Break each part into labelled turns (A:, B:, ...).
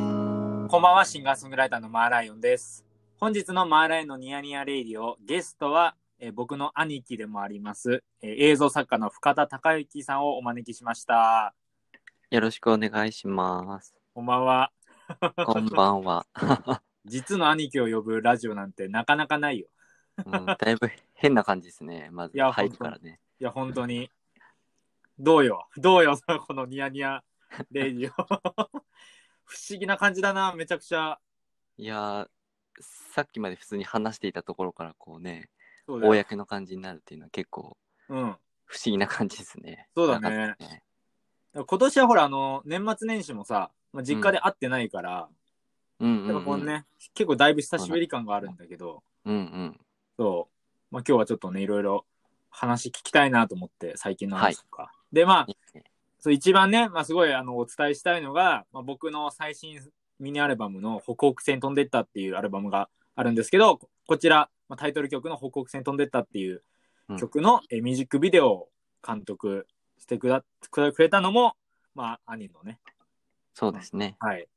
A: ばんは、シンガーソングライターのマーライオンです。本日のマーライオンのニヤニヤレイディオ、ゲストは、えー僕の兄貴でもあります、えー映像作家の深田孝之さんをお招きしました。
B: よろしくお願い します。
A: こんばんは。
B: こんばんは。
A: 実の兄貴を呼ぶラジオなんてなかなかないよ。
B: うん、だいぶ変な感じで すね。まず
A: いや
B: 入ってからね。
A: いや、本当に。どうよ。どうよ、このニヤニヤレイディオ。 不思議な感じだな、めちゃくちゃ。
B: いやー、さっきまで普通に話していたところからこうね、
A: そうだよ。
B: 公の感じになるっていうのは結構
A: うん。
B: 不思議な感じですね。
A: そうだね
B: なかったですね。
A: 今年はほら、あの、年末年始もさ、まあ、実家で会ってないから、
B: うんうん、
A: や
B: う
A: っ
B: ん。
A: ぱこのね、。結構だいぶ久しぶり感があるんだけど、
B: うんうん。
A: そう、まあ、今日はちょっとね、いろいろ話聞きたいなと思って、最近の話とか。で、まあ、そう一番ね、まあ、すごいあのお伝えしたいのが、まあ、僕の最新ミニアルバムの北北線飛んでったっていうアルバムがあるんですけど、ここちら、まあ、タイトル曲の北北線飛んでったっていう曲の、えミュージックビデオを監督してくだくれたのも、まあ、兄のね、
B: そうですね。
A: はい。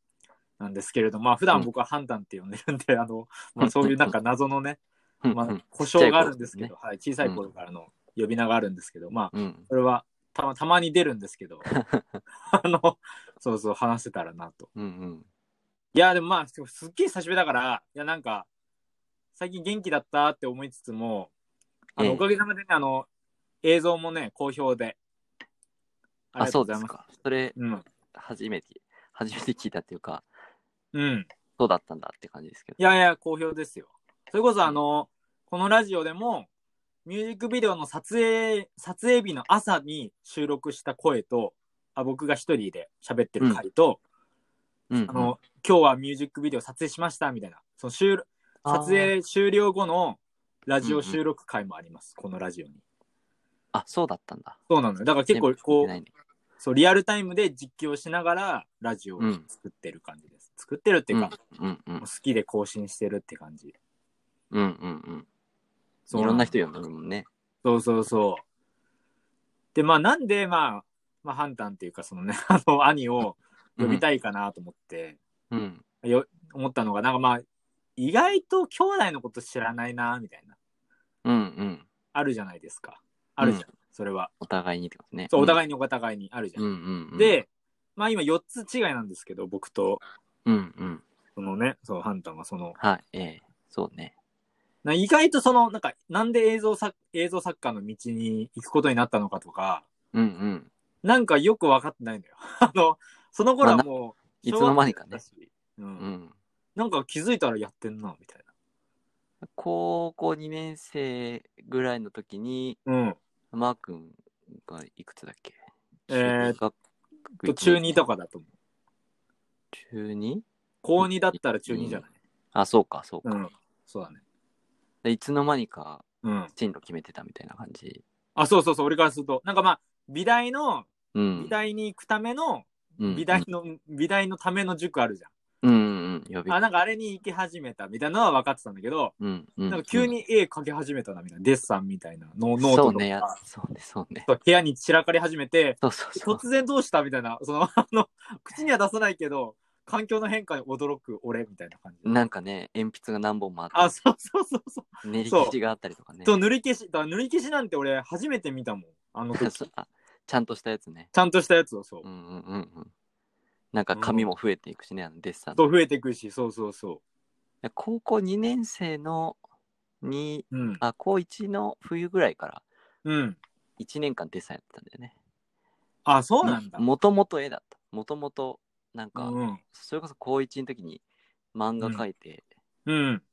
A: なんですけれども、まあ、普段僕は判断って呼んでるんで、 あの、まあ、そういうなんか謎のね、
B: うん
A: ま
B: う
A: あ
B: ん、
A: 故障があるんですけ
B: ち
A: ど、はい、小さい頃からの呼び名があるんですけど、まあ、
B: うん。
A: それはたまたまに出るんですけ ど、あの、そうそう、話せたらなと。
B: うんうん。
A: いや、でもまあ、すすっげえ久しぶりだから、いや、なんか、最近元気だったって思いつつも、あの、
B: ええ
A: おかげさまでね、あの、映像もね、好評で。ありが
B: あ、
A: と
B: そうう
A: ご
B: で
A: ざい
B: す
A: ます。
B: か。それ、
A: うん。
B: 初めて、初めて聞いたっていうか、
A: うん。
B: そうだったんだって感じですけど。
A: いやいや、好評ですよ。それこそ、あの、このラジオでも、ミュージックビデオの撮影、撮影日の朝に収録した声と、あ僕が一人で喋ってる回と、
B: うんうん
A: あの、今日はミュージックビデオ撮影しました、みたいな。その収録
B: あー
A: 撮影終了後のラジオ収録回もあります、このラジオに。
B: あ、そうだったんだ。
A: そうなのよ。だから結構、こ、
B: 全部聞いてないうね
A: そう、リアルタイムで実況しながら、ラジオを作ってる感じです。作ってるっていうか、
B: うんうん
A: もう好きで更新してるって感じ。
B: うんうんうん。
A: そう
B: い
A: の
B: ろんな人呼んでるもんね。
A: そうそうそう。で、まあ、なんで、まあ、まあ、判断っていうか、そのね、 あの、兄を呼びたいかなと思って、
B: うん。
A: よ思ったのが、なんかまあ、意外と兄弟のこと知らないな、みたいな、
B: うんうん。
A: あるじゃないですか。あるじゃん、それは。
B: お互いにってことね。
A: そう、お
B: い
A: 互いにお互いにあるじゃん。
B: うんうんうん。、
A: で、まあ今4つ違いなんですけど、僕と、
B: うんうん。
A: そのね、そう、ハンタンはその、
B: はい、ええそうね。
A: な意外とその、なんか、なんで映像作、映像作家の道に行くことになったのかとか、
B: うんうん。
A: なんかよく分かってないのよ。 あの、その頃はもう、
B: いつの間にか
A: 小
B: ね
A: 学生だし。う。
B: うんん。
A: なんか気づいたらやってんな、みたい
B: 高校2年生ぐらいの時に、
A: な。うん。
B: マー君がいくつだっけ
A: えーっ
B: と、
A: と、中2と
B: か。
A: かだと思う。
B: 中 2?
A: 高2だったら中2じゃない。
B: あ、そうか、そう
A: う
B: か。
A: ん。そうだね。
B: でいつの間にか、
A: うん。
B: 進路決めてたみたいな感じ。
A: あ、そうそうそう、俺からすると。なんかまあ、美大の、
B: うん。
A: 美大に行くための、
B: うん
A: 美大の、美大のための塾あるじゃん。
B: うんうんうん。呼び
A: あ、なんかあれに行き始めたみたいなのは分かってたんだけど、
B: うんう
A: なんか急に絵描き始めたなみたいな、デッサンみたいな、ノノー
B: そ
A: ト
B: う
A: と
B: ね、や
A: か、
B: そうね、そうね。
A: そう部屋に散らかり始めて、
B: そうそうそう。
A: 突然どうしたみたいな、その、 あの、口には出さないけど、環境の変化に驚く俺みたいな感じ。
B: なんかね、鉛筆が何本もあ
A: あ、
B: っ
A: そうそうそうそう。
B: て、練り消しがあったりとかね。
A: そう、塗り消し、だから塗り消しなんて俺初めて見たもん。あの時。
B: そ
A: ち
B: あちゃんとしたやつね。
A: ゃんとしたやつをそう
B: う。んうんうんうん。なんか紙も増えていくしね、あのデッサンの。
A: そう増えてくし、そうそうそ
B: 高校2年生のに、
A: う。うん。
B: あ、高1の冬ぐらいから
A: うん。
B: 1年間デッサンやってたんだよね。
A: あ、そうなんだ。
B: もともと絵だった。もともと、なんか、
A: うん。
B: それこそ高1の時に漫画描いて
A: うん。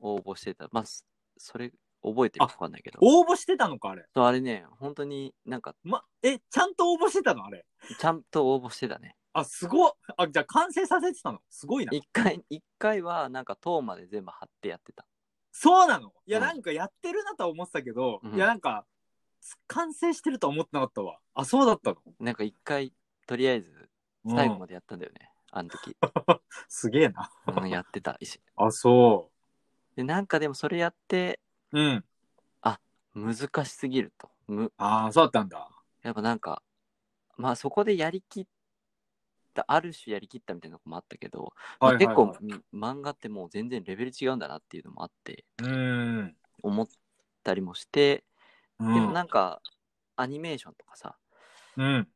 B: 応募してた。まあ、そそれ覚えてるかわかんないけど。
A: 応募してたのか、あれ。
B: そうあれね、本当になんか、
A: ま、え、ちゃんと応募してたのあれ。
B: ちゃんと応募してたね。
A: あ、すごっあ、じゃあ完成させてたのすごいな。
B: 一回一回はなんか塔まで全部貼ってやってた
A: そうなのいや、
B: うん
A: なんかやってるなとは思ってたけど、
B: うん
A: いや、なんか、つ完成してるとは思ってなかったわ。あ、そうだったの、
B: なんか一回とりあえず
A: うん
B: 最後までやったんだよね、あ の時、
A: すげえな。
B: うん、やってたし
A: あ、そ
B: でなんかでもそれやって
A: う。うん。
B: 難しすぎるとむ
A: ああ、そうだったんだ。
B: やっぱなんかまあそこでやりきっった、ある種やりきったみたいなとこもあったけど、ま
A: は
B: あ
A: いはいはい、
B: 結構漫画ってもう全然レベル違うんだなっていうのもあって、
A: うん。
B: 思ったりもして、
A: う
B: でも
A: ん。
B: なんか、アニメーションとかさ、
A: うん。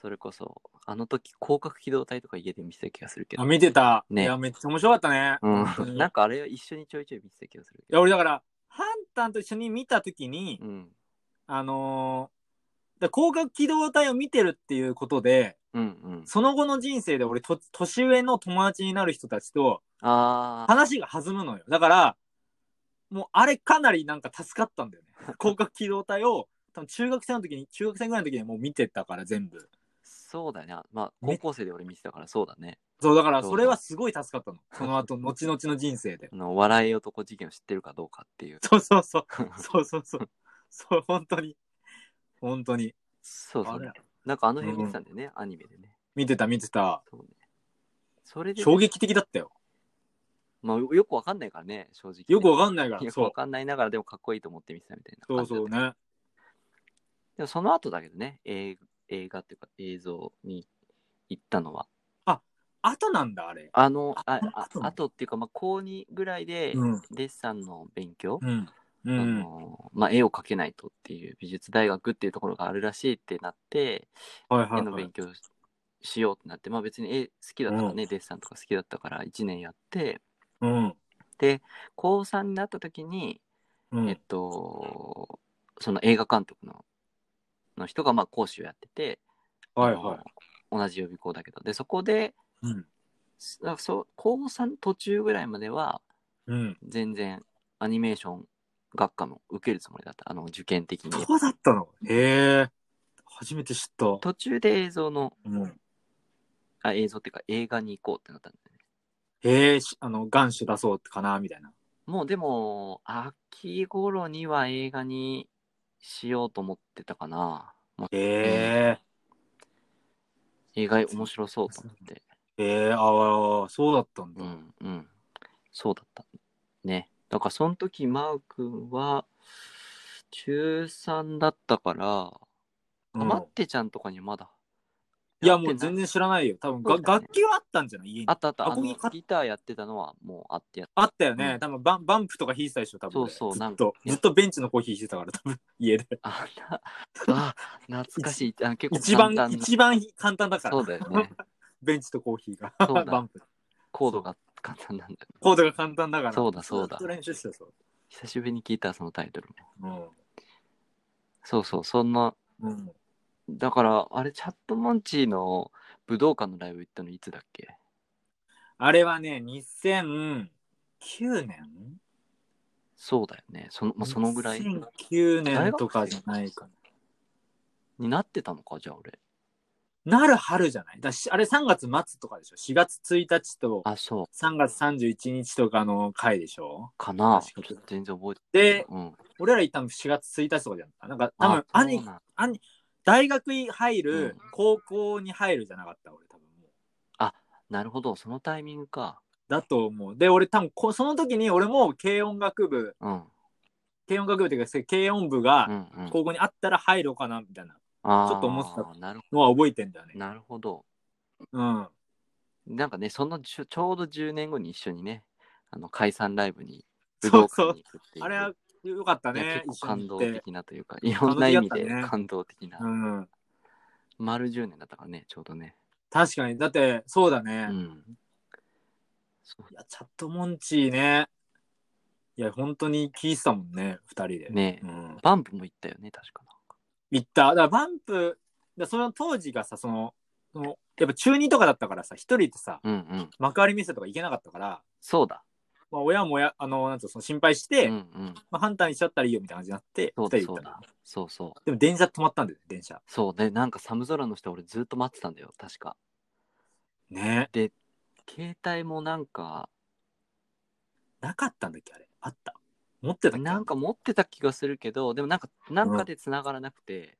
B: それこそ、あの時、広角機動隊とか家で見てた気がするけ
A: あ、
B: ど、
A: 見てた。
B: ね
A: いや、めっちゃ面白かったね。本当
B: う
A: に
B: ん、
A: い
B: なんかあれは一緒にちょいちょい見てた気がするけ
A: や、
B: ど、
A: 俺だから、ハンタンと一緒に見たときに、
B: うん、
A: あのー、だ広角機動隊を見てるっていうことで、
B: うん、うん。
A: その後の人生で俺と、年上の友達になる人たちと
B: ああ、
A: 話が弾むのよ。だから、もうあれかなりなんか助かったんだよ ね。広角機動隊を、多分中学生の時に、中学生ぐらいの時にもう見てたから全部。
B: そうだね。まあ、
A: め
B: 高校生で俺見てたからそうだね。
A: そう、だからそれはすごい助かったの。その後、後々の人生で。
B: あの、笑い男事件を知ってるかどうかっていう。
A: そうそう そう。そうそうそう。そう、本当に。本当に。
B: そうそ
A: あ
B: う、
A: れ
B: なんかあの辺見てたんだよね、アニメでね。
A: 見てた見てた。
B: そうね。それで、
A: 衝撃的だったよ。
B: まあ、よくわかんないからね、正直ね、
A: よくわかんないから。
B: よく
A: そう
B: わ。かんないながら、でもかっこいいと思って見てたみたいな
A: そ
B: 感
A: う
B: じだった
A: そうね。
B: でもその後だけどね、映映画っていうか映像に行ったのは。
A: 後なんだ、あれ。
B: あの、あ
A: あ
B: あ
A: 後
B: あとっていうか、まあ、高2ぐらいで、
A: うん。
B: デッサンの勉強、
A: うん。う
B: あ
A: ん。
B: のまあ、絵を描けないとっていう美術大学っていうところがあるらしいってなって、
A: はいは
B: 絵
A: い、
B: の
A: はい
B: 勉。強ししようってなって、まあ別に絵好きだったからね、デッサンとか好きだったから1年やって、
A: うん。
B: で、高3になった時に、
A: う
B: えっ
A: ん。
B: と、その映画監督のの人がまあ講師をやってて、
A: はいはい。
B: あの同じ予備校だけど、で、そこで、
A: うん。
B: すなんかそう高3途中ぐらいまでは
A: うん。
B: 全然アニメーション学科も受けるつもりだった、あの受験的に。
A: そうだったのへえ。初めて知った。
B: 途中で映像の、
A: うん。
B: あ映像っていうか映画に行こうってなったんだよね。
A: へえ、しあの、願書出そうかな、みたいな。
B: もうでも、秋頃には映画にしようと思ってたかな。もう
A: へ
B: 映画面白そうと思って。
A: え。へえ、ああ、そうだったん
B: う
A: だ。
B: ん、うん。そうだった。ね。だからその時、マー君は、中3だったから、
A: う
B: あ
A: ん
B: マッテちゃんとかにまだ。
A: いや、もう全然知らないよ。多分が、
B: そうだよね
A: 楽器はあったんじゃない家に
B: あったあった。
A: あ
B: あ
A: こ
B: の
A: こに買っ
B: ギターやってたのはもうあってやっ
A: あったよね。
B: うん
A: 多分バン、バンプとか弾いてたでしょ、多分俺。
B: そうそう
A: ず
B: な
A: っ
B: んか
A: と、ずっとベンチのコーヒー弾いてたから、多分、 家で。
B: あな あ、懐かしい。あ結構
A: 一
B: 簡
A: 番
B: 単、な
A: 一番簡単だか
B: そう
A: ら、
B: だよね。
A: ベンチとコーヒーが。
B: そうだ
A: バンプ。
B: コードが簡単なんだよね。
A: コードが簡単だから。
B: そうだそうだ
A: ずっと練習してたそう。
B: 久しぶりに聞いたそのタイトルも。
A: うん。
B: そうそう、そんな、
A: うん、
B: だから、あれ、チャットモンチーの武道館のライブ行ったのいつだっけ
A: あれはね、2009年
B: そうだよね。その,、まあ、そのぐらい
A: 2009年とかじゃないか
B: になってたのか、じゃあ俺。
A: な。なる春じゃないだし、あれ3月末とかでしょ ?4 月1日と
B: あ、そう、
A: 3月31日とかの回でしょ
B: かな。
A: 確かに
B: 全然覚えて
A: で、
B: うん。
A: 俺ら一旦4月1日とかじゃん。なんか多分、
B: あ
A: 兄
B: そうなん
A: 兄、大学に入る、
B: うん
A: 高校に入るじゃなかった、俺多分もう。
B: なるほど、そのタイミングか。
A: だと思う。で、俺多分こ、その時に俺も軽音楽部、
B: うん。
A: 軽音楽部っていうか、軽音部が
B: うん、うん。
A: 高校にあったら入ろうかな、みたいな
B: あー
A: ちょっと思って
B: なる
A: のは覚えてんだよね。
B: なるほど。
A: うん。
B: なんかね、そのちょちょうど10年後に一緒にね、あの解散ライブに、
A: そ
B: 武
A: う
B: 道館に行くっていう。
A: あれはよかった
B: いや
A: ね。
B: 結構
A: 一緒
B: 感
A: に行
B: 動
A: って。
B: 的なというか、いろんな意味で感動的な。
A: うん。
B: 丸10年だったからね、ちょうどね。
A: 確かに。だって、そうだ
B: う
A: ね。
B: ん。そ
A: いや、チャットモンチーね。いや、本当に聞いてたもんね、二人で。
B: うね
A: う、ん。
B: バンプも行ったよね、確かな。
A: 行った。だから、バンプ、だその当時がさ、その、そのやっぱ中2とかだったからさ、一人ってさ、
B: うんうん。
A: 幕張店とか行けなかったから、
B: そうだ。
A: まあ、親もや、あの、なんつうの、その心配し
B: うん
A: て、
B: うん。
A: まあ、ハンターにしちゃったらいいよみたいな感じになって、二
B: そうだ、
A: 人で行
B: そ
A: っ
B: う
A: たな
B: だ。。そうそう。
A: でも、電車止まったんだよね、電車。
B: そうで、なんか寒空の下、俺ずっと待ってたんだよ、確か。
A: ね。
B: 携帯もなんか、
A: なかったんだっけ、あれ。あった。持ってたっけ
B: なんか、持ってた気がするけど、でもなんか、なんかで繋がらなくて、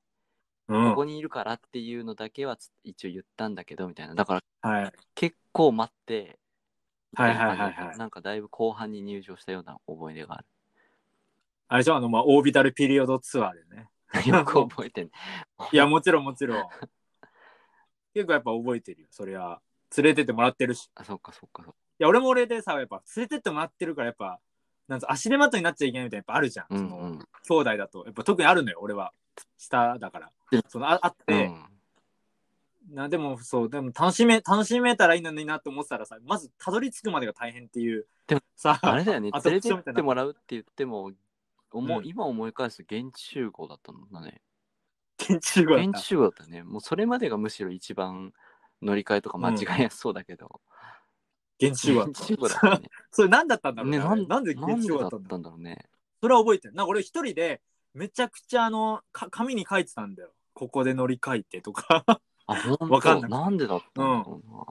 A: うん。
B: ここ
A: は
B: にいるからっていうのだけはつ一応言ったんだけど、みたいな。だから、
A: い。
B: 結構待って、
A: はいはいはいはい。
B: なんかだいぶ後半に入場したような思い出があ
A: あれでしょあの、まあ、オービタルピ リオドツアーでね。
B: る。よく覚えてん、
A: いや、もちろんもちろん。結構やっぱ覚えてるよ。そりゃ、連れてってもらってるし。
B: あ、そっかそっかそ
A: い
B: っか。
A: や、俺も俺でさ、やっぱ連れてってもらってるから、やっぱ、なんつ足手まといになっちゃいけないみたいな、やっぱあるじゃん。
B: う
A: そ
B: ん
A: の、
B: うん。
A: 兄弟だと。やっぱ特にあるのよ、俺は。下だから
B: うん。
A: そのああっ
B: う
A: て、
B: ん、
A: なでもそうでも楽しめ楽しめたらいいのになって思ってたらさまずたどり着くまでが大変っていう
B: でも
A: さ
B: あれだよね
A: あ。と
B: 連れて
A: そう
B: っ
A: みたい
B: て
A: な
B: もらうって言っても、思う
A: うん
B: 今思い返すと現地集合だったんだね。
A: 建築
B: 現地集合だったね。もうそれまでがむしろ一番乗り換えとか間違いやすそうだけど。
A: 現地集合だっ
B: 現
A: た
B: 地集合だったね。
A: それ何だったんだろう
B: ね
A: ねあ
B: な
A: れ
B: ん
A: なんで
B: な
A: 現
B: ん
A: 地
B: で
A: 集合
B: だ
A: だ
B: っ
A: ったんだ
B: た
A: ろうん
B: だろうね。
A: それは覚えてるなんか俺一人でめちゃくちゃあのか紙に書いてたんだよここで乗り換えてと か
B: あ、本
A: わか
B: 当
A: んな
B: ないんでだったんだろうな。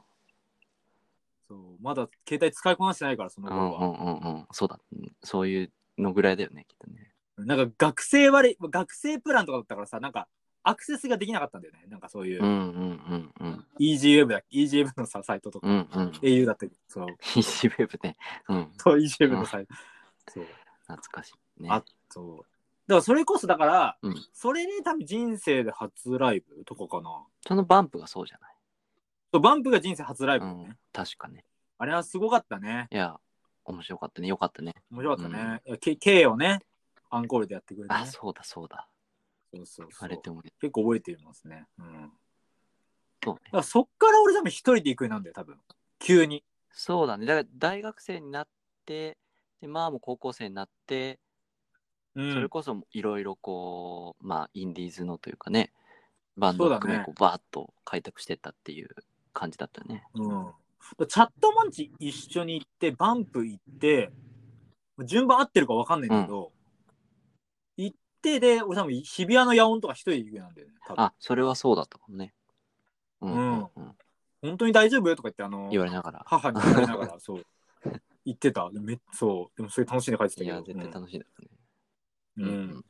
A: そうまだ携帯使いこなしてないからその
B: う
A: 頃
B: ん
A: は、
B: うんうんうん。そうだ。そういうのぐらいだよね、きっとね。
A: なんか学生割学生プランとかだったからさなんかアクセスができなかったんだよねなんかそういう、
B: うんうんうんうん。
A: EasyWeb だ EasyWeb のさサイトとか、
B: うんうん。
A: au だったりそう
B: 必死ウェブね。うん。
A: そう EasyWeb のサイト、そう
B: 懐かしいね。
A: あそう。だからそれこそだから、
B: うん
A: それで多分人生で初ライブとかかな。
B: そのバンプがそうじゃない。
A: そうバンプが人生初ライブ
B: う
A: だね、
B: ん。確かね。
A: あれはすごかったね。
B: いや、面白かったね。よかったね。
A: 面白かったね。いや K, K をね、アンコールでやってくれて、ね。
B: あ、そうだそうだ。
A: そうそう
B: 言
A: そう
B: われてもね。
A: 結構覚えてますね。うん。だ
B: そうね。
A: からそっから俺多分一人で行くようになんだよ、多分。急に。
B: そうだね。だから大学生になって、で、まあもう高校生になって、
A: う
B: それ
A: ん。
B: こそいろいろこう、まあインディーズのというかね、バンドを
A: そうだね
B: 含めこうバーッと開拓してったっていう感じだったよね。
A: うん、チャットモンチ一緒に行って、バンプ行って、順番合ってるか分かんないんだけど、行ってで、俺多分日比谷の野音とか一人で行くようになんだよね、多分。
B: あ、それはそうだったかもね。うんうんうん。
A: 本当に大丈夫とか言って、あの、
B: 言われながら。
A: 母に言われながら、そう、言ってた。でめそう、でもそれ楽しんで帰ってたけ
B: い
A: ど。
B: や、絶対楽しいですね。
A: うんうん。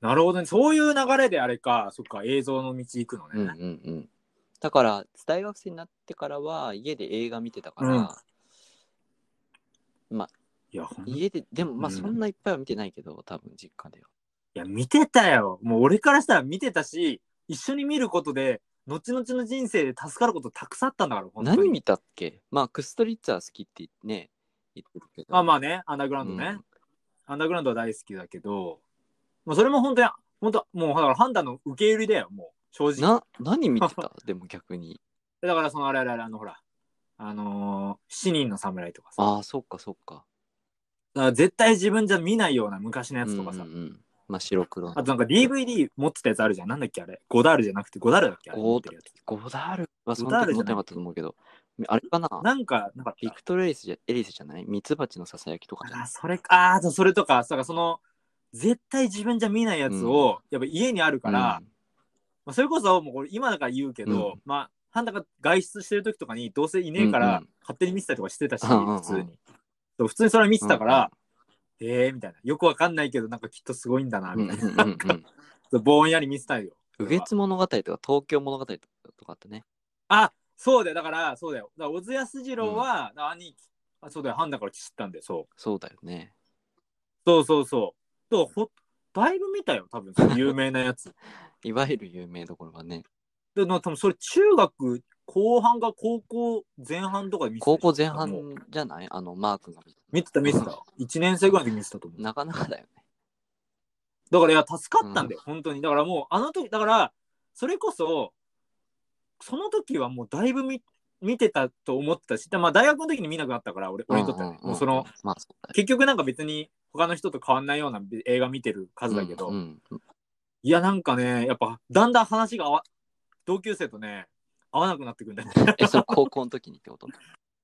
A: なるほどね。そういう流れであれか、そっか、映像の道行くの
B: うんうん
A: ね。
B: うん。だから、大学生になってからは、家で映画見てたから、
A: いや、ほんい
B: 家で、でも、まあ、
A: うん
B: そんないっぱいは見てないけど、多分実家では。
A: や、見てたよ。もう俺からしたら見てたし、一緒に見ることで、後々の人生で助かることたくさんあったんだから、本当に
B: 何見たっけまあ、クストリッツァー好きってね、言ってるけど。
A: まあまあね、アンダーグラウンドね。
B: うん
A: アンダーグラウンドは大好きだけど、まあ、それも本当に、本当、もうだから判断の受け売りだよ、もう、正直。
B: な、何見て たでも逆に。
A: だからそのあれあれあれあのほらあのー、七人の侍とかさ
B: ああ、そっかそっか。
A: だから絶対自分じゃ見ないような昔のやつとかさ、
B: うんうんうんまあ、白黒の。
A: あとなんか DVD 持ってたやつあるじゃんなんだっけあれゴダールじゃなくてゴダールだっけあれ持
B: ゴ
A: っ
B: ー
A: てるや
B: ゴダールはその
A: ゴダールじ
B: 時持
A: ゃない
B: ってなかったと思うけど、あれかな
A: つなんかなんか
B: ビクトレイスじゃ、エリスじゃないミツバチのささやきとかじゃない
A: あそれかあーそれとかだからその絶対自分じゃ見ないやつを、やっぱ家にあるから、ま、あ、それこそもうこれ今だから言うけど、
B: うん
A: まあハンタが外出してる時とかにどうせいねえか
B: うんう
A: ら
B: ん
A: 勝手に見てたりとかしてたし、
B: うんうんうん
A: 普通に、そう普通にそれ見てたから、
B: ら
A: えーみたいな。よくわかんないけど、なんかきっとすごいんだな、
B: うん
A: み
B: う ん
A: たいな。
B: うんうんうん
A: そうぼんやり見せたいよ。
B: 右月物語とか東京物語とかあったね。
A: あ、そうだよ。だから、そうだよ。だから、小津安二郎は、だから兄貴、あ、そうだよ。ハンだから知ったんで、そう。
B: そうだよね。
A: そうそうそう。とほだいぶ見たよ、多分、その有名なやつ。
B: いわゆる有名どころはね。
A: で、な多分それ、中学後半が高校前半とかで見てた
B: 高
A: よ。
B: 校前
A: もう
B: 半じゃないあの、マー君が見た。
A: 見てた、見てた。1年生ぐらいで見てたと思う。
B: なかなかだよね。
A: だからいや助かったんだよ、本当にだからもうあの時だからそれこそその時はもうだいぶ見見てたと思ってたし、まあ、大学の時に見なくなったから俺俺にとってはね、
B: んんん
A: もうその、
B: まあそうだよ
A: 結局なんか別に他の人と変わんないような映画見てる数だけど、
B: うんうん
A: いやなんかねやっぱだんだん話が合わ同級生とね合わなくなってくんだよね
B: え、その高校の時にってこと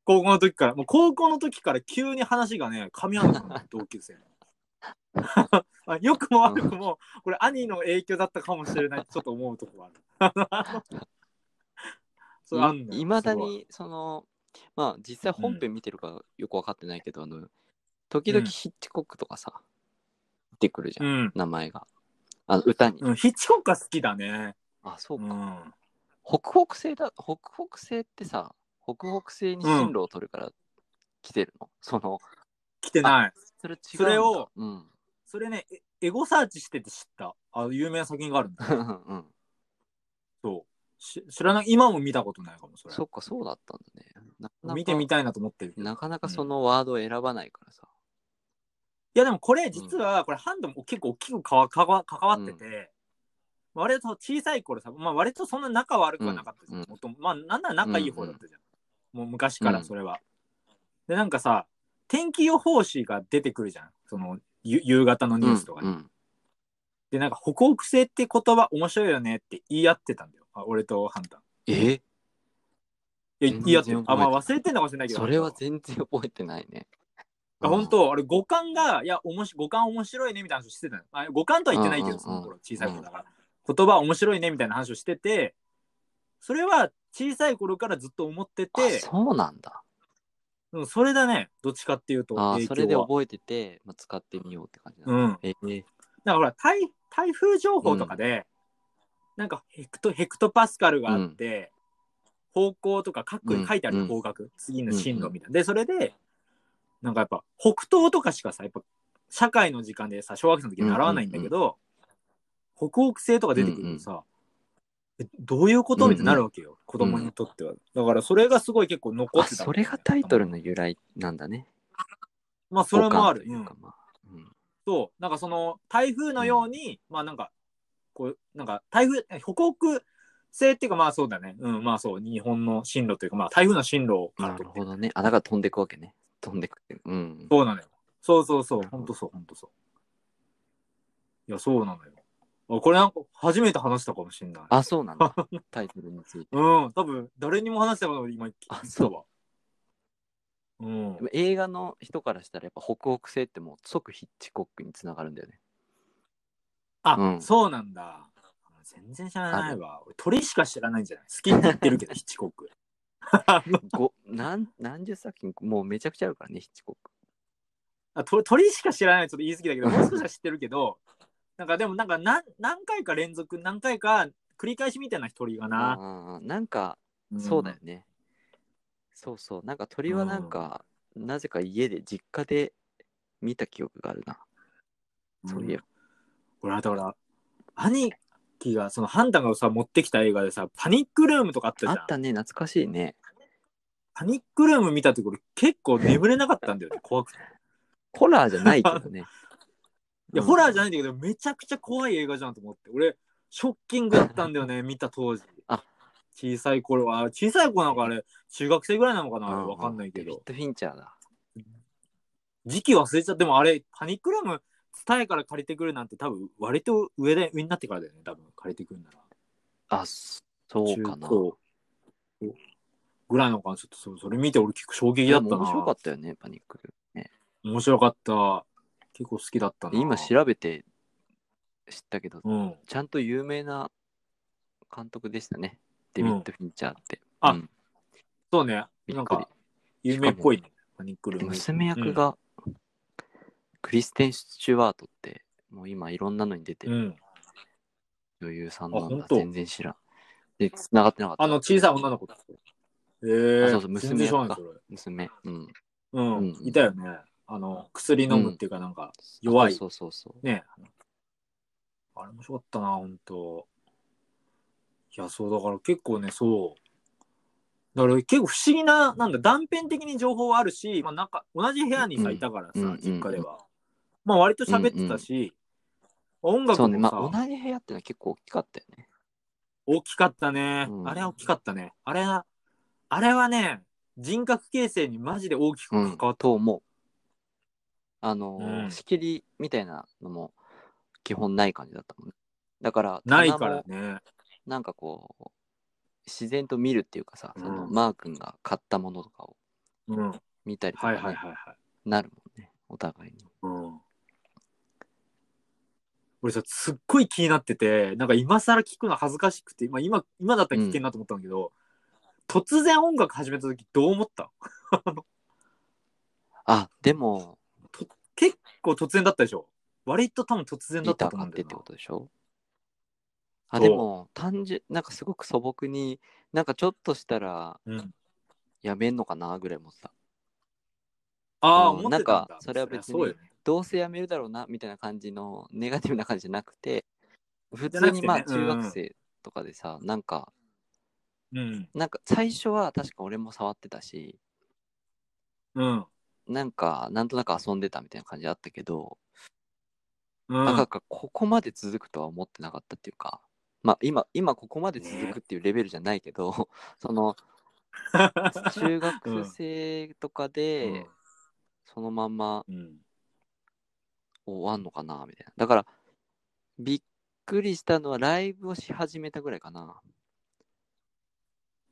A: 高校の時からもう高校の時から急に話がね噛み合わなくな る同級生の あよくも悪くも、これ兄の影響だったかもしれないってちょっと思うとこはある。 そうあんのよ
B: いまだ
A: すごい
B: に、その、まあ実際本編見てるかよくわかってないけど、あの、時々
A: うん
B: ヒッチコックとかさ、出てくるじゃ、
A: うんん、
B: 名前が。あの歌に。
A: うん、ヒッチコックは好きだね。
B: あ、そう
A: う
B: か。
A: ん、
B: 北北西だ北北西ってさ北北西に進路を取るから来てるの、その
A: 来てない。
B: それ違うんだ
A: それを、
B: うん
A: それね、エエゴサーチしてて知った。あの有名な作品があるんだ。
B: うんうん
A: そう。し知らない、今も見たことないかも、それ。
B: そっか、そうだったんだね。なかなか
A: 見てみたいなと思ってるけど。い
B: なかなかそのワードを選ばないからさ。
A: や、でもこれ、実は、これ、ハンドも結構大きくかわかわ関わってて、割と小さい頃さ、まあ、割とそんな仲悪くはなかったじゃん
B: うん
A: もっとまあ、なんなら仲いい方だったじゃん。もう昔から、それは。で、なんかさ、天気予報士が出てくるじゃん。その、ゆ夕方のニュースとかに
B: うんうん
A: で、なんか、北北西って言葉面白いよねって言い合ってたんだよ。あ俺とハンタ
B: え
A: ー。いや、
B: 全然
A: 言い合ってる。あ、まあ忘
B: 覚えて
A: れてんのかもしれないけど。
B: それは全然覚えてないね。
A: あ本当あれ五感が、いや、おもし五感面白いねみたいな話をしてたの。あ五感とは言ってないけ
B: うんうん
A: ど、
B: うん
A: その頃、小さい頃だから。言葉面白いねみたいな話をしてて、それは小さい頃からずっと思って
B: あ
A: て、
B: そうなんだ。
A: うんそれだね、どっちかっていうと、
B: あ
A: 影響は
B: それで覚えてて、まあ、使ってみようって感じなんだ。
A: うん。
B: えー
A: だからほら台台風情報とかで、なんかヘクトヘクトパスカルがあって、方向とか各
B: うん
A: に書いてある
B: うん
A: 方角、次の進路みたいな。でそれでなんかやっぱ北東とかしかさやっぱ社会の時間でさ小学生の時習わないんだけど、北北西とか出てくるとさ、えどういうことみたいになるわけよ、子供にとっては。だからそれがすごい結構残
B: あ
A: ってた
B: それがタイトルの由来なんだね。
A: まあそれもある。
B: 五感というか
A: うん
B: まあうん
A: と、なんかその台風のように、まあなんか、こう、なんか台風、え北北西っていうかまあそうだね。うん、まあそう、日本の進路というか、まあ台風の進路から
B: な
A: と
B: る
A: って
B: ほどね。あ、だから飛んでくわけね。飛んでくって。うん。
A: そうなのよ。そうそうそう
B: なる、ほど
A: ほんとそう、ほんとそう。いや、そうなのよ。あこれなんか初めて話したかもしれない。
B: あ、そうな んだ。タイトルについて。
A: うん、多分誰にも話したことない今聞
B: あ
A: いたわ。うん
B: で。も映画の人からしたら、やっぱ北北西ってもう即ヒッチコックにつながるんだよね。
A: あ、
B: うん
A: そうなんだ。全然知らないわ。俺鳥しか知らないんじゃない好きって言ってるけど、ヒッ チコック。
B: ごなん何十作品、もうめちゃくちゃあるからね、ヒッチコック。
A: あと鳥しか知らないちょっと言い過ぎだけどもう少しは知ってるけど なんかでもなんか何何回か連続何回か繰り返しみたいな鳥がな、
B: あーなんか、そうだよね。そうそう。なんか鳥はなんか、なぜか家で、実家で見た記憶がある
A: う
B: な。
A: ん
B: そういえば。
A: 俺はだから兄貴がそのハンタンがさ持ってきた映画でさパニックルームとかあったじゃ
B: あ
A: ん
B: ったね、懐かしいね。
A: パニックルーム見た時俺結構眠れなかったんだよ ね怖くて
B: ホラーじゃないけどね。
A: いや、ホラーじゃ
B: ゃ
A: ないんだけどめちゃくちゃ怖い映画じゃんと思って俺ショッキングだったんだよね見た当時
B: あ
A: 小さい頃は小さい子なんかあれ中学生ぐらいなのかな
B: う
A: わかんないけ
B: デ
A: ど
B: ビッド・フィンチャーだ。
A: 時期忘れちゃってもあれパニックルーム伝えから借りてくるなんて多分割と上で上になってからだよね多分借りてくるなら
B: あ、そそうかな。
A: 高ぐらいのかなちょっとそそれ見て俺結構衝撃
B: い
A: だ
B: や、
A: った
B: も
A: な
B: う面白かったよね、パニックル。
A: 面白かった結構好きだったな
B: 今調べて知ったけど、
A: うん
B: ちゃんと有名な監督でしたね。デビッド・フィンチャーって。
A: あ
B: うん
A: そうねなん
B: びっ
A: か
B: く
A: 有名っぽいねパニックルーム
B: 娘役が、クリステン・スチュワートって、もう今いろんなのに出て
A: うん、
B: る
A: うん
B: 女優さんな
A: あ
B: ん
A: 本
B: だ。
A: 当
B: 全然知らん。で、繋がってなかった。
A: あの小さい女の子ええ
B: あ
A: ー、
B: そうそう娘
A: 全然知らない
B: 役
A: それ
B: 娘。うん。
A: うん、
B: うんうん
A: いたよねあの薬飲むっていうかなんか、弱い
B: そうそうそうそう。
A: ねあれ面白かったな、本当いや、そう、だから結構ね、そう。だから結構不思議な、なんだ、断片的に情報はあるし、まあなんか、同じ部屋にさ、
B: うん
A: いたからさ、
B: うん
A: 実家では。まあ割と喋ってたし、音楽もさ、
B: そうね、まあ、同じ部屋ってのは結構大きかったよね。
A: 大きかったね、
B: うん
A: あれは大きかったね。あれは、あれはね、人格形成にマジで大きく
B: う
A: 関わ
B: ん、
A: った。
B: と思う。あのー、
A: うん
B: 仕切りみたいなのも基本ない感じだったもんね。だから、
A: ないから
B: 棚も
A: ね。
B: なんかこう、自然と見るっていうかさ、
A: うん
B: そのマー君が買ったものとかを
A: うん。
B: 見たりとか
A: はい
B: ね、
A: はいはいはい。
B: なるもんね、お互いに。
A: うん俺さ、すっごい気になってて、なんか今更聞くの恥ずかしくて、まあ、今、今だったら聞けんなと思ったんだけど、突然音楽始めた時どう思った
B: あ、でも、
A: 結構突然だったでしょ割と多分突然だ
B: ギ
A: った
B: ター
A: と思う
B: 買
A: んだ
B: ってっ
A: よ
B: て
A: な
B: ことでしょあ、
A: そう
B: でも、単純、なんかすごく素朴に、なんかちょっとしたら
A: うん、
B: やめんのかなぐらい思ってた。
A: ああ、
B: うん
A: 思ってたんだ
B: なんかそれは別に
A: そうよね
B: どうせやめるだろうなみたいな感じのネガティブな感じじゃなくて普
A: じゃな
B: 通
A: くて
B: に
A: ね
B: まあ
A: うん
B: 中学生とかでさ、なんか
A: うん。
B: なんか最初は確か俺も触ってたし、
A: うん。
B: なんかなんとなく遊んでたみたいな感じだったけど、
A: う
B: なん
A: ん。
B: かここまで続くとは思ってなかったっていうか、まあ今、今ここまで続くっていうレベルじゃないけど、 そ の中学生とかで、そのまんま
A: うん。
B: 終わんのかなみたいな。だから、びっくりしたのはライブをし始めたぐらいかな。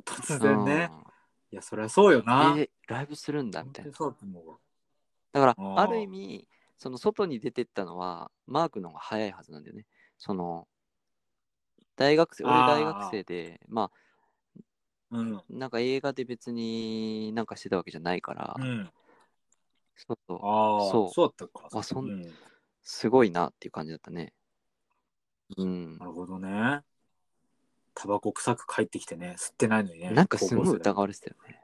A: 突然ね。
B: うん
A: いや、そりゃそうよな。
B: えーライブするんだみたいな。
A: そうだと思うわ
B: だか
A: あー
B: ら、ある意味、その外に出てったのは、マークの方が早いはずなんだよね。その、大学生、俺
A: あー
B: 大学生で、まあ、
A: うん。
B: なんか映画で別になんかしてたわけじゃないから、
A: うん。
B: そうそう
A: ああ、
B: そう
A: そうだったか。
B: あそん
A: う
B: すごいなっていう感じだったね。うん
A: な。るほどね。タバコ臭く帰ってきてね、吸ってないのにね。
B: なんかすごい
A: 高
B: 疑われてたよね。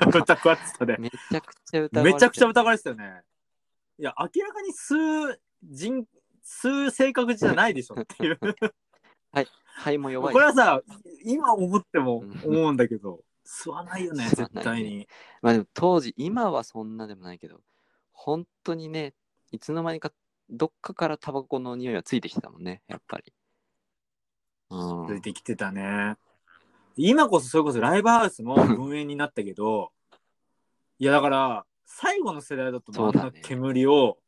A: 校生だ疑われてたね。
B: めちゃくちゃ疑われてたよね、
A: めちゃくちゃ疑われてたよね。いや、明らかに吸う人、吸う性格じゃないでしょって いう。
B: 肺も弱いし
A: これはさ、今思っても
B: うん
A: 思うんだけど、吸わないよ ね、
B: 吸
A: 絶
B: わないね
A: 対に。
B: まあでも当時、今はそんなでもないけど、本当にね、いつの間にかどっかからタバコの匂いはついてきてたもんね、やっぱり。うん。
A: 出てきてたね。今こそそれこそライブハウスも運営になったけど、いやだから、最後の世代だともうあん
B: そ
A: な
B: うだね
A: 煙を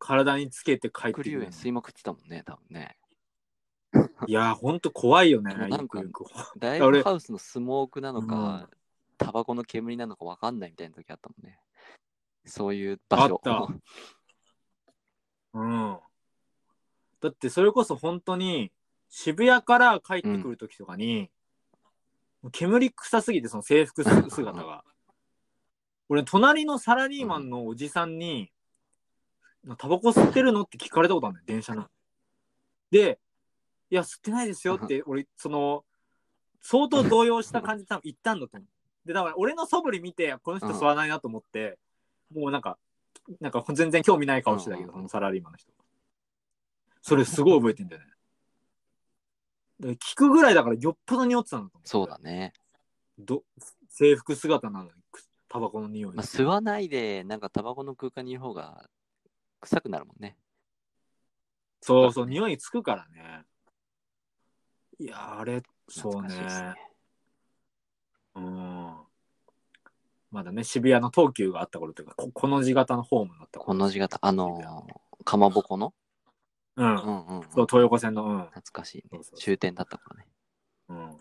A: 体につけて帰って
B: ク
A: く
B: リュウ
A: る
B: エン。吸いまくってたもんね、多分ね。
A: いや、ほんと怖いよね
B: もう、な
A: よ
B: んか
A: くよく。
B: ライブハウスのスモークなの
A: う
B: か
A: ん、
B: タバコの煙なのかわかんないみたいな時あったもんね。そういう場所。
A: あっうん。だってそれこそ本当に渋谷から帰ってくる時とかに、もう煙臭すぎてその制服す姿が。俺隣のサラリーマンのおじさんに「タバコ吸ってるの?」って聞かれたことあるのよ電車の。で「いや吸ってないですよ」って俺その相当動揺した感じで多分言ったんだと思う。でだから俺の素振り見てこの人吸わないなと思って、もうなんかなんか全然興味ない顔してたけど、
B: うん
A: そのサラリーマンの人。それすごい覚えてんだよね。だから聞くぐらいだからよっぽど匂ってたんだと思う。
B: そうだね。
A: ど制服姿なのにくタバコの匂い。
B: まあ、吸わないで、なんかタバコの空間にいる方が臭くなるもんね。
A: そうそう、匂いつくからね。いやー、あれ、そう
B: 懐かしいです
A: ね。うん。まだね、渋谷の東急があった頃というか、ここの字型のホームだった
B: こ
A: 頃。
B: の字型、あのー、かまぼこの、
A: う。
B: うんんうんうん、
A: そう、
B: 懐
A: 東横線の、
B: かしい
A: そ
B: ね
A: うそうそう
B: 終点だったからね。
A: うん。うん。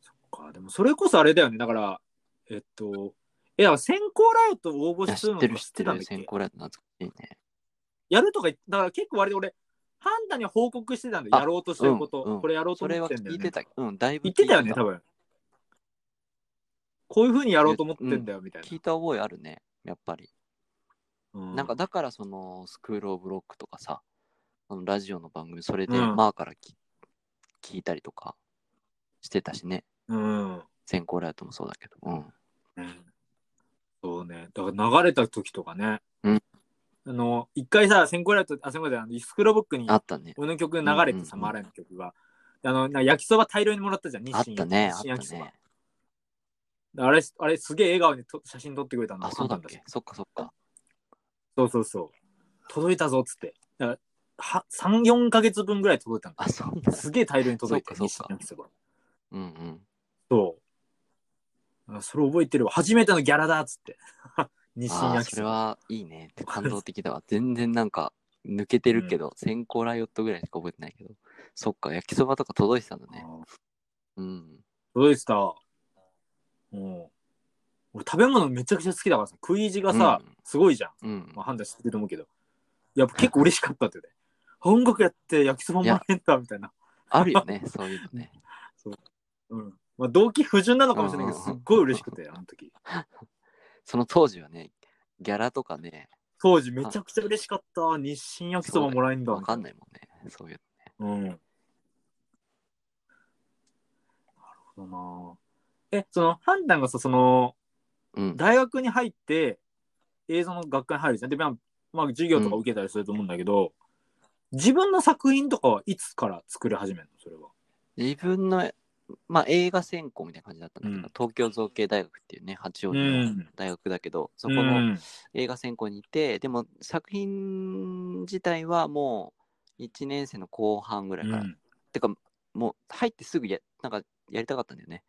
A: そっか、でもそれこそあれだよね。だから、えっと、いや、先行ライト応
B: い
A: 募
B: や
A: す
B: 知
A: る
B: っ
A: の
B: てる
A: とか
B: 知
A: 知
B: っ
A: っててたんだ
B: る
A: っ
B: 先
A: け
B: 行ライト懐かしいね。
A: やるとか言っ、だから結構割と俺、ハンダには報告してたんだよ。
B: あ
A: やろうとしてること。
B: うんうん
A: これやろうと
B: そ
A: 思
B: れ
A: っ
B: は
A: てんだよ
B: 聞い
A: ね
B: て。た。うん、だいぶ
A: 言
B: 聞い
A: ってたよね、多分。こういうふうにやろうと思ってんだよ、みたい
B: 聞いた覚えあるね、やっぱり。
A: な。う
B: なんか、だからそのスクール・オブ・ロックとかさ、あのラジオの番組、それで
A: うん
B: マーからき、聞いたりとかしてたしね、
A: うん。
B: 先行ライトもそうだけど。うん、
A: そうね。だから流れた時とかね。
B: うん
A: あの、一回さ、先行ライト、あ、先行ライト、あのスクロボックに
B: あ、ったね。
A: 俺の曲が流れてさ、
B: うんうん
A: マ
B: うん
A: ーライの曲が。であの、なんか焼きそば大量にもらったじゃん、日
B: あっ
A: 清。
B: たね、あ
A: 日
B: っ
A: 清
B: た
A: 焼きそば
B: ね。。
A: あれ、あれすげえ笑顔でと写真撮ってくれたの。
B: あ、そうだっ
A: し
B: け。そっかそっか。
A: そうそうそう。届いたぞっつって。だからは3、4ヶ月分ぐらい届いたの。
B: あ、そうだ。
A: すげえ大量に届いた。
B: そうかそう
A: 日清
B: か
A: 焼きそば
B: うんうん。
A: そう。あそれ覚えてるわ。初めてのギャラだっつって。 日清
B: ああ、
A: 焼
B: そ
A: き
B: れ
A: そば。
B: はいいね。感動的だわ。全然なんか抜けてるけど、先行ライオットぐらいしか覚えてないけど。そっか、焼きそばとか届いてたんだね。
A: あー
B: うん。
A: 届いてた。うん。俺食べ物めちゃくちゃ好きだからさ、食い意地がさ、
B: うん
A: すごいじゃん。
B: うん
A: まあ、。判断してると思うけど。やっぱ結構嬉しかったってね。音楽やって焼きそばもらえんだみたいな。
B: あるよね、 そういうのね。
A: うん。まあ動機不純なのかもしれないけど、
B: うん
A: すっごい嬉しくて、あの時。
B: その当時はね、ギャラとかね、
A: 当時めちゃくちゃ嬉しかった。日清焼きそばもらえんだ
B: わ
A: みた
B: か
A: い
B: ん
A: な。
B: ないもんね。そういう
A: うん。なるほどなえ、その、判断がさ、その、
B: の。うん。
A: 大学に入って、映像の学科に入るじゃん。で、まあ、まあ授業とか受けたりすると思うんだけど、自分の作品とかはいつから作り始めるのそれは。
B: 自分の、まあ、映画専攻みたいな感じだったんだけど、
A: うん
B: 東京造形大学っていうね八王
A: う
B: 子の
A: ん
B: 大学だけど、
A: そ
B: そこの映画専攻にいてでも作品自体はもう1年生の後半ぐらいから、てかもう入ってすぐやなんかやりたかったんだよね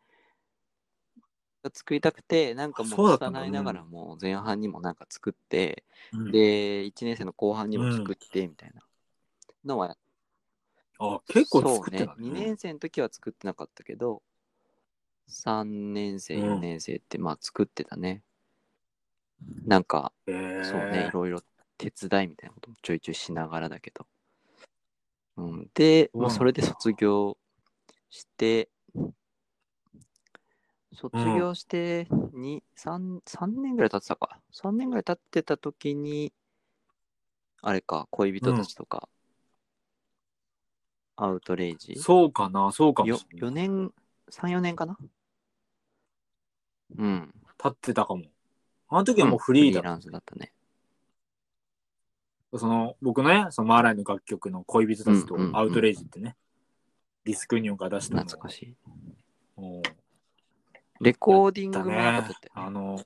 B: 作りたくてなんかも
A: そうだ
B: う
A: ったんだ
B: 拙いながらもう前半にもなんか作って、
A: うん、うん
B: で1年生の後半にも作ってみたいなのは、
A: あ結構作って
B: そ
A: た
B: うね2年生の時は作ってなかったけど3年生
A: うん
B: 4年生ってまあ作ってたね、なんか
A: 生
B: そうね、いろいろ手伝いみたいなこともちょいちょいしながらだけど。うん、で、
A: そう
B: まあ、
A: なん
B: それで卒業して、卒業して2、3、3年ぐらい経ってたか。3年ぐらい経ってた時に、あれか、恋人たちとか、アウトレイジ。
A: そうかな、そうかも
B: よ
A: しれな
B: 4
A: い。
B: 年、3、4年かなうん。
A: 立ってたかも。あの時はもうフリーだ
B: フリーランスだったね。
A: その僕のね、そのマーライの楽曲の恋人たちと
B: うんうんうん
A: アウトレイジってね、ディスクニオンが出したの
B: 懐かしい。
A: を
B: レコーディング
A: だ
B: もなんか撮
A: ね
B: った
A: あ
B: よね。
A: の、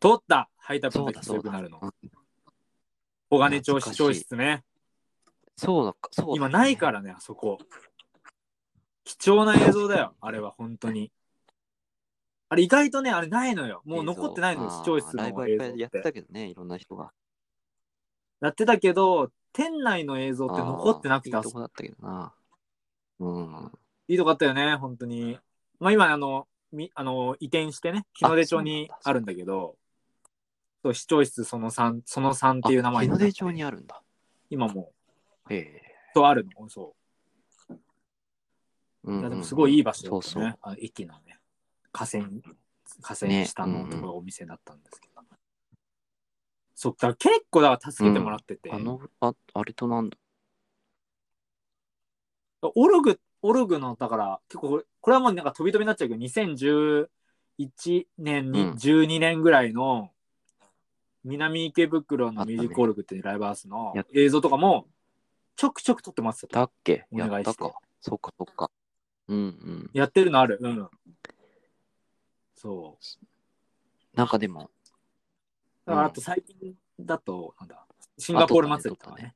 A: 撮ったハイタップ
B: そ
A: の
B: う
A: 時
B: だそ
A: 強
B: う
A: く
B: だ。
A: なるの
B: う。ん
A: 小金町市長室ね。
B: そうだか、そうだ、。
A: 今ないかららね、あそこ。貴重な映像だよ、あれは、本当に。あれ、意外とね、あれないのよ。もう残ってないのよ、
B: 映像
A: 視聴室
B: あーライブ
A: の
B: はい
A: 映
B: っ
A: 像
B: ぱ
A: っ
B: い
A: て
B: やってたけどね、いろんな人が。
A: やってたけど、店内の映像って残ってなくて、あ
B: あーいいと
A: そ
B: こだったけどな。うん。
A: いいとこあったよね、本当に。まあ今、あの、みあの移転してね、日の出町に
B: あそうなんだ
A: あるんだけど、そう、視聴室その3、その3っていう名前
B: あ日
A: なっ
B: の
A: て
B: 出町にあるんだ。
A: 今もう、
B: へえ。
A: そうあるの、そう。
B: うん
A: い
B: うんうん
A: やでもすごいいい場所だったね。
B: そうそう。
A: あ駅のね、河川、河川下のところお店だったんですけど。そっか、結構だから助けてもらってて、
B: あの、ああれとなんだ。
A: オルグ、オルグの、だから、結構これ、これはもうなんか飛び飛びになっちゃうけど、2011年に、
B: うん
A: 12年ぐらいの、南池袋のミュージックオルグっていうライブハウスの
B: やっ
A: 映像とかも、ちょくちょく撮ってます
B: だっけ
A: お願
B: や
A: いして
B: ったか。そっかそっか。うんうん。
A: やってるのある。うん。そう。
B: なんかでも、
A: だから
B: うん
A: あと最近だと、なんだ、シンガポール祭りとかね。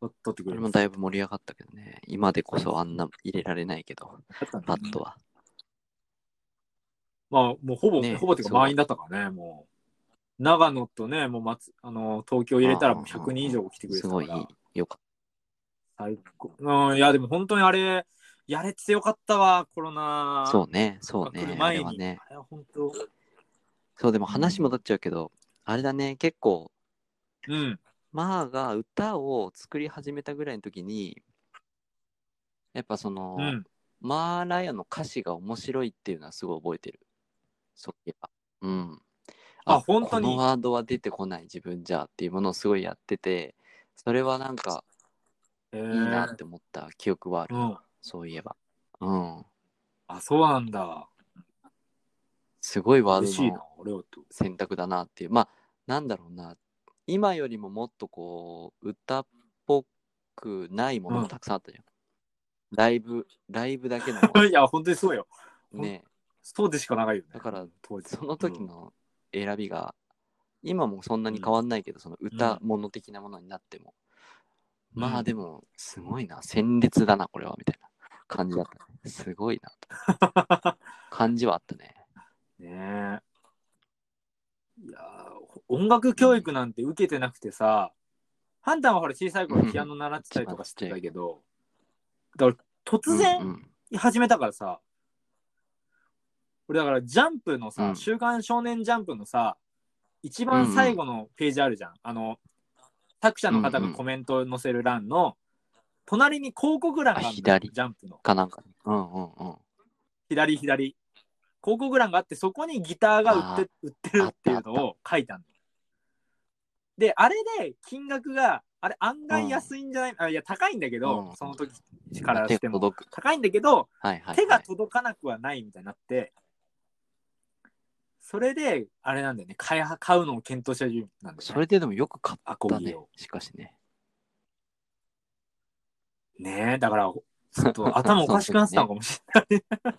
A: と撮ってく
B: こ
A: れ
B: れ
A: ま
B: も
A: した。
B: だいぶ盛り上がったけどね。今でこそあんな入れられないけど、
A: だったんだ
B: パ
A: ね
B: ッとは。
A: まあ、もうほぼ、
B: ね
A: ほぼっていうか
B: そう
A: 満員だったからね、もう。長野とね、もう松あの東京入れたらもう100人以上来てくれ
B: す
A: てた
B: ご
A: か
B: い
A: ら、
B: よかっ
A: 最高。うん、いや、でも本当にあれ、やれてよかったわ、コロナ
B: た。
A: が
B: そうね、そう
A: 来
B: ね
A: る。
B: あ
A: 前
B: れ
A: に。
B: はね。
A: あれは本当、
B: そう、でも
A: うん
B: 話戻っちゃうけど、あれだね、結構、
A: うん、
B: マーが歌を作り始めたぐらいの時に、やっぱその、
A: うん。
B: マーライアの歌詞が面白いっていうのはすごい覚えてる。そういや。うん。
A: あ本当に
B: このワードは出てこない自分じゃっていうものをすごいやってて、それはなんか
A: え
B: いい
A: ー
B: なって思った記憶はある。
A: うん。
B: そういえば。うん。
A: あ、そうなんだ。
B: すごいワ
A: 嬉
B: ー
A: しい
B: ドの
A: な、俺はと。
B: 選択だなっていうまあなんだろうな今よりももっとこう歌っぽくないもの
A: う
B: も
A: ん
B: たくさんあったじゃん、ライブライブだけの
A: いや、本当に そうよ。ほん
B: ね
A: そうでしかないよね。
B: だから、
A: 当時。
B: その時
A: うん
B: の選びが、今もそんなに変わんないけど、その歌物的なものになっても、
A: うん
B: まあでもすごいな鮮烈だなこれはみたいな感じだった、ね、すごいなと感じはあったね
A: ねえ。いやー音楽教育なんて受けてなくてさ、ハンターはほら小さい頃
B: うん
A: ピアノ習ってたりとかしてたけど、だから突
B: うんう
A: 然
B: ん
A: 始めたからさ、俺だからジャンプのさ、
B: うん
A: 週刊少年ジャンプのさ、一番最後のページあるじゃん。あの、作者の方がコメントを載せる欄の、隣に広告欄があるんだ
B: あ
A: よ
B: 左
A: ジャンプの。
B: かなんか、ね、うんうんうん
A: 左左広告欄があってそこにギターが売って売ってるっていうのを書いたんだであれで金額があれ案外安いんじゃない、あいや高いんだけど、
B: うん
A: その時からして
B: 手が
A: も
B: 届く
A: 高いんだけど、
B: はいはいはい、
A: 手が届かなくはないみたいになってそれで、あれなんだよね。買い買うのを検討した順なんだ
B: そ
A: よね。
B: れででもよく買っ
A: アコ
B: た
A: ギ
B: ね
A: を。。
B: しかしね。
A: ねえ、だから、ちょっ と頭おかしくなってたのかもしれない。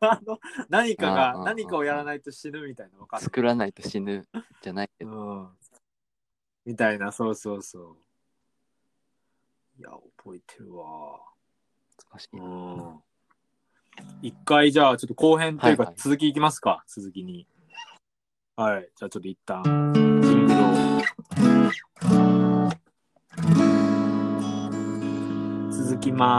A: あの何か
B: うんうんうんう
A: が、
B: ん
A: 何かをやらないと死ぬみたいなの分かんない。
B: 作らないと死ぬじゃないけど。
A: うん。みたいな、そうそうそう。いや、覚えてるわ。
B: 難しい。
A: うん。一回、じゃあ、ちょっと後編という
B: はい
A: か
B: は、い
A: 続きいきますか、続きに。はい。じゃあ、ちょっと一旦、ジングルを。続きまーす。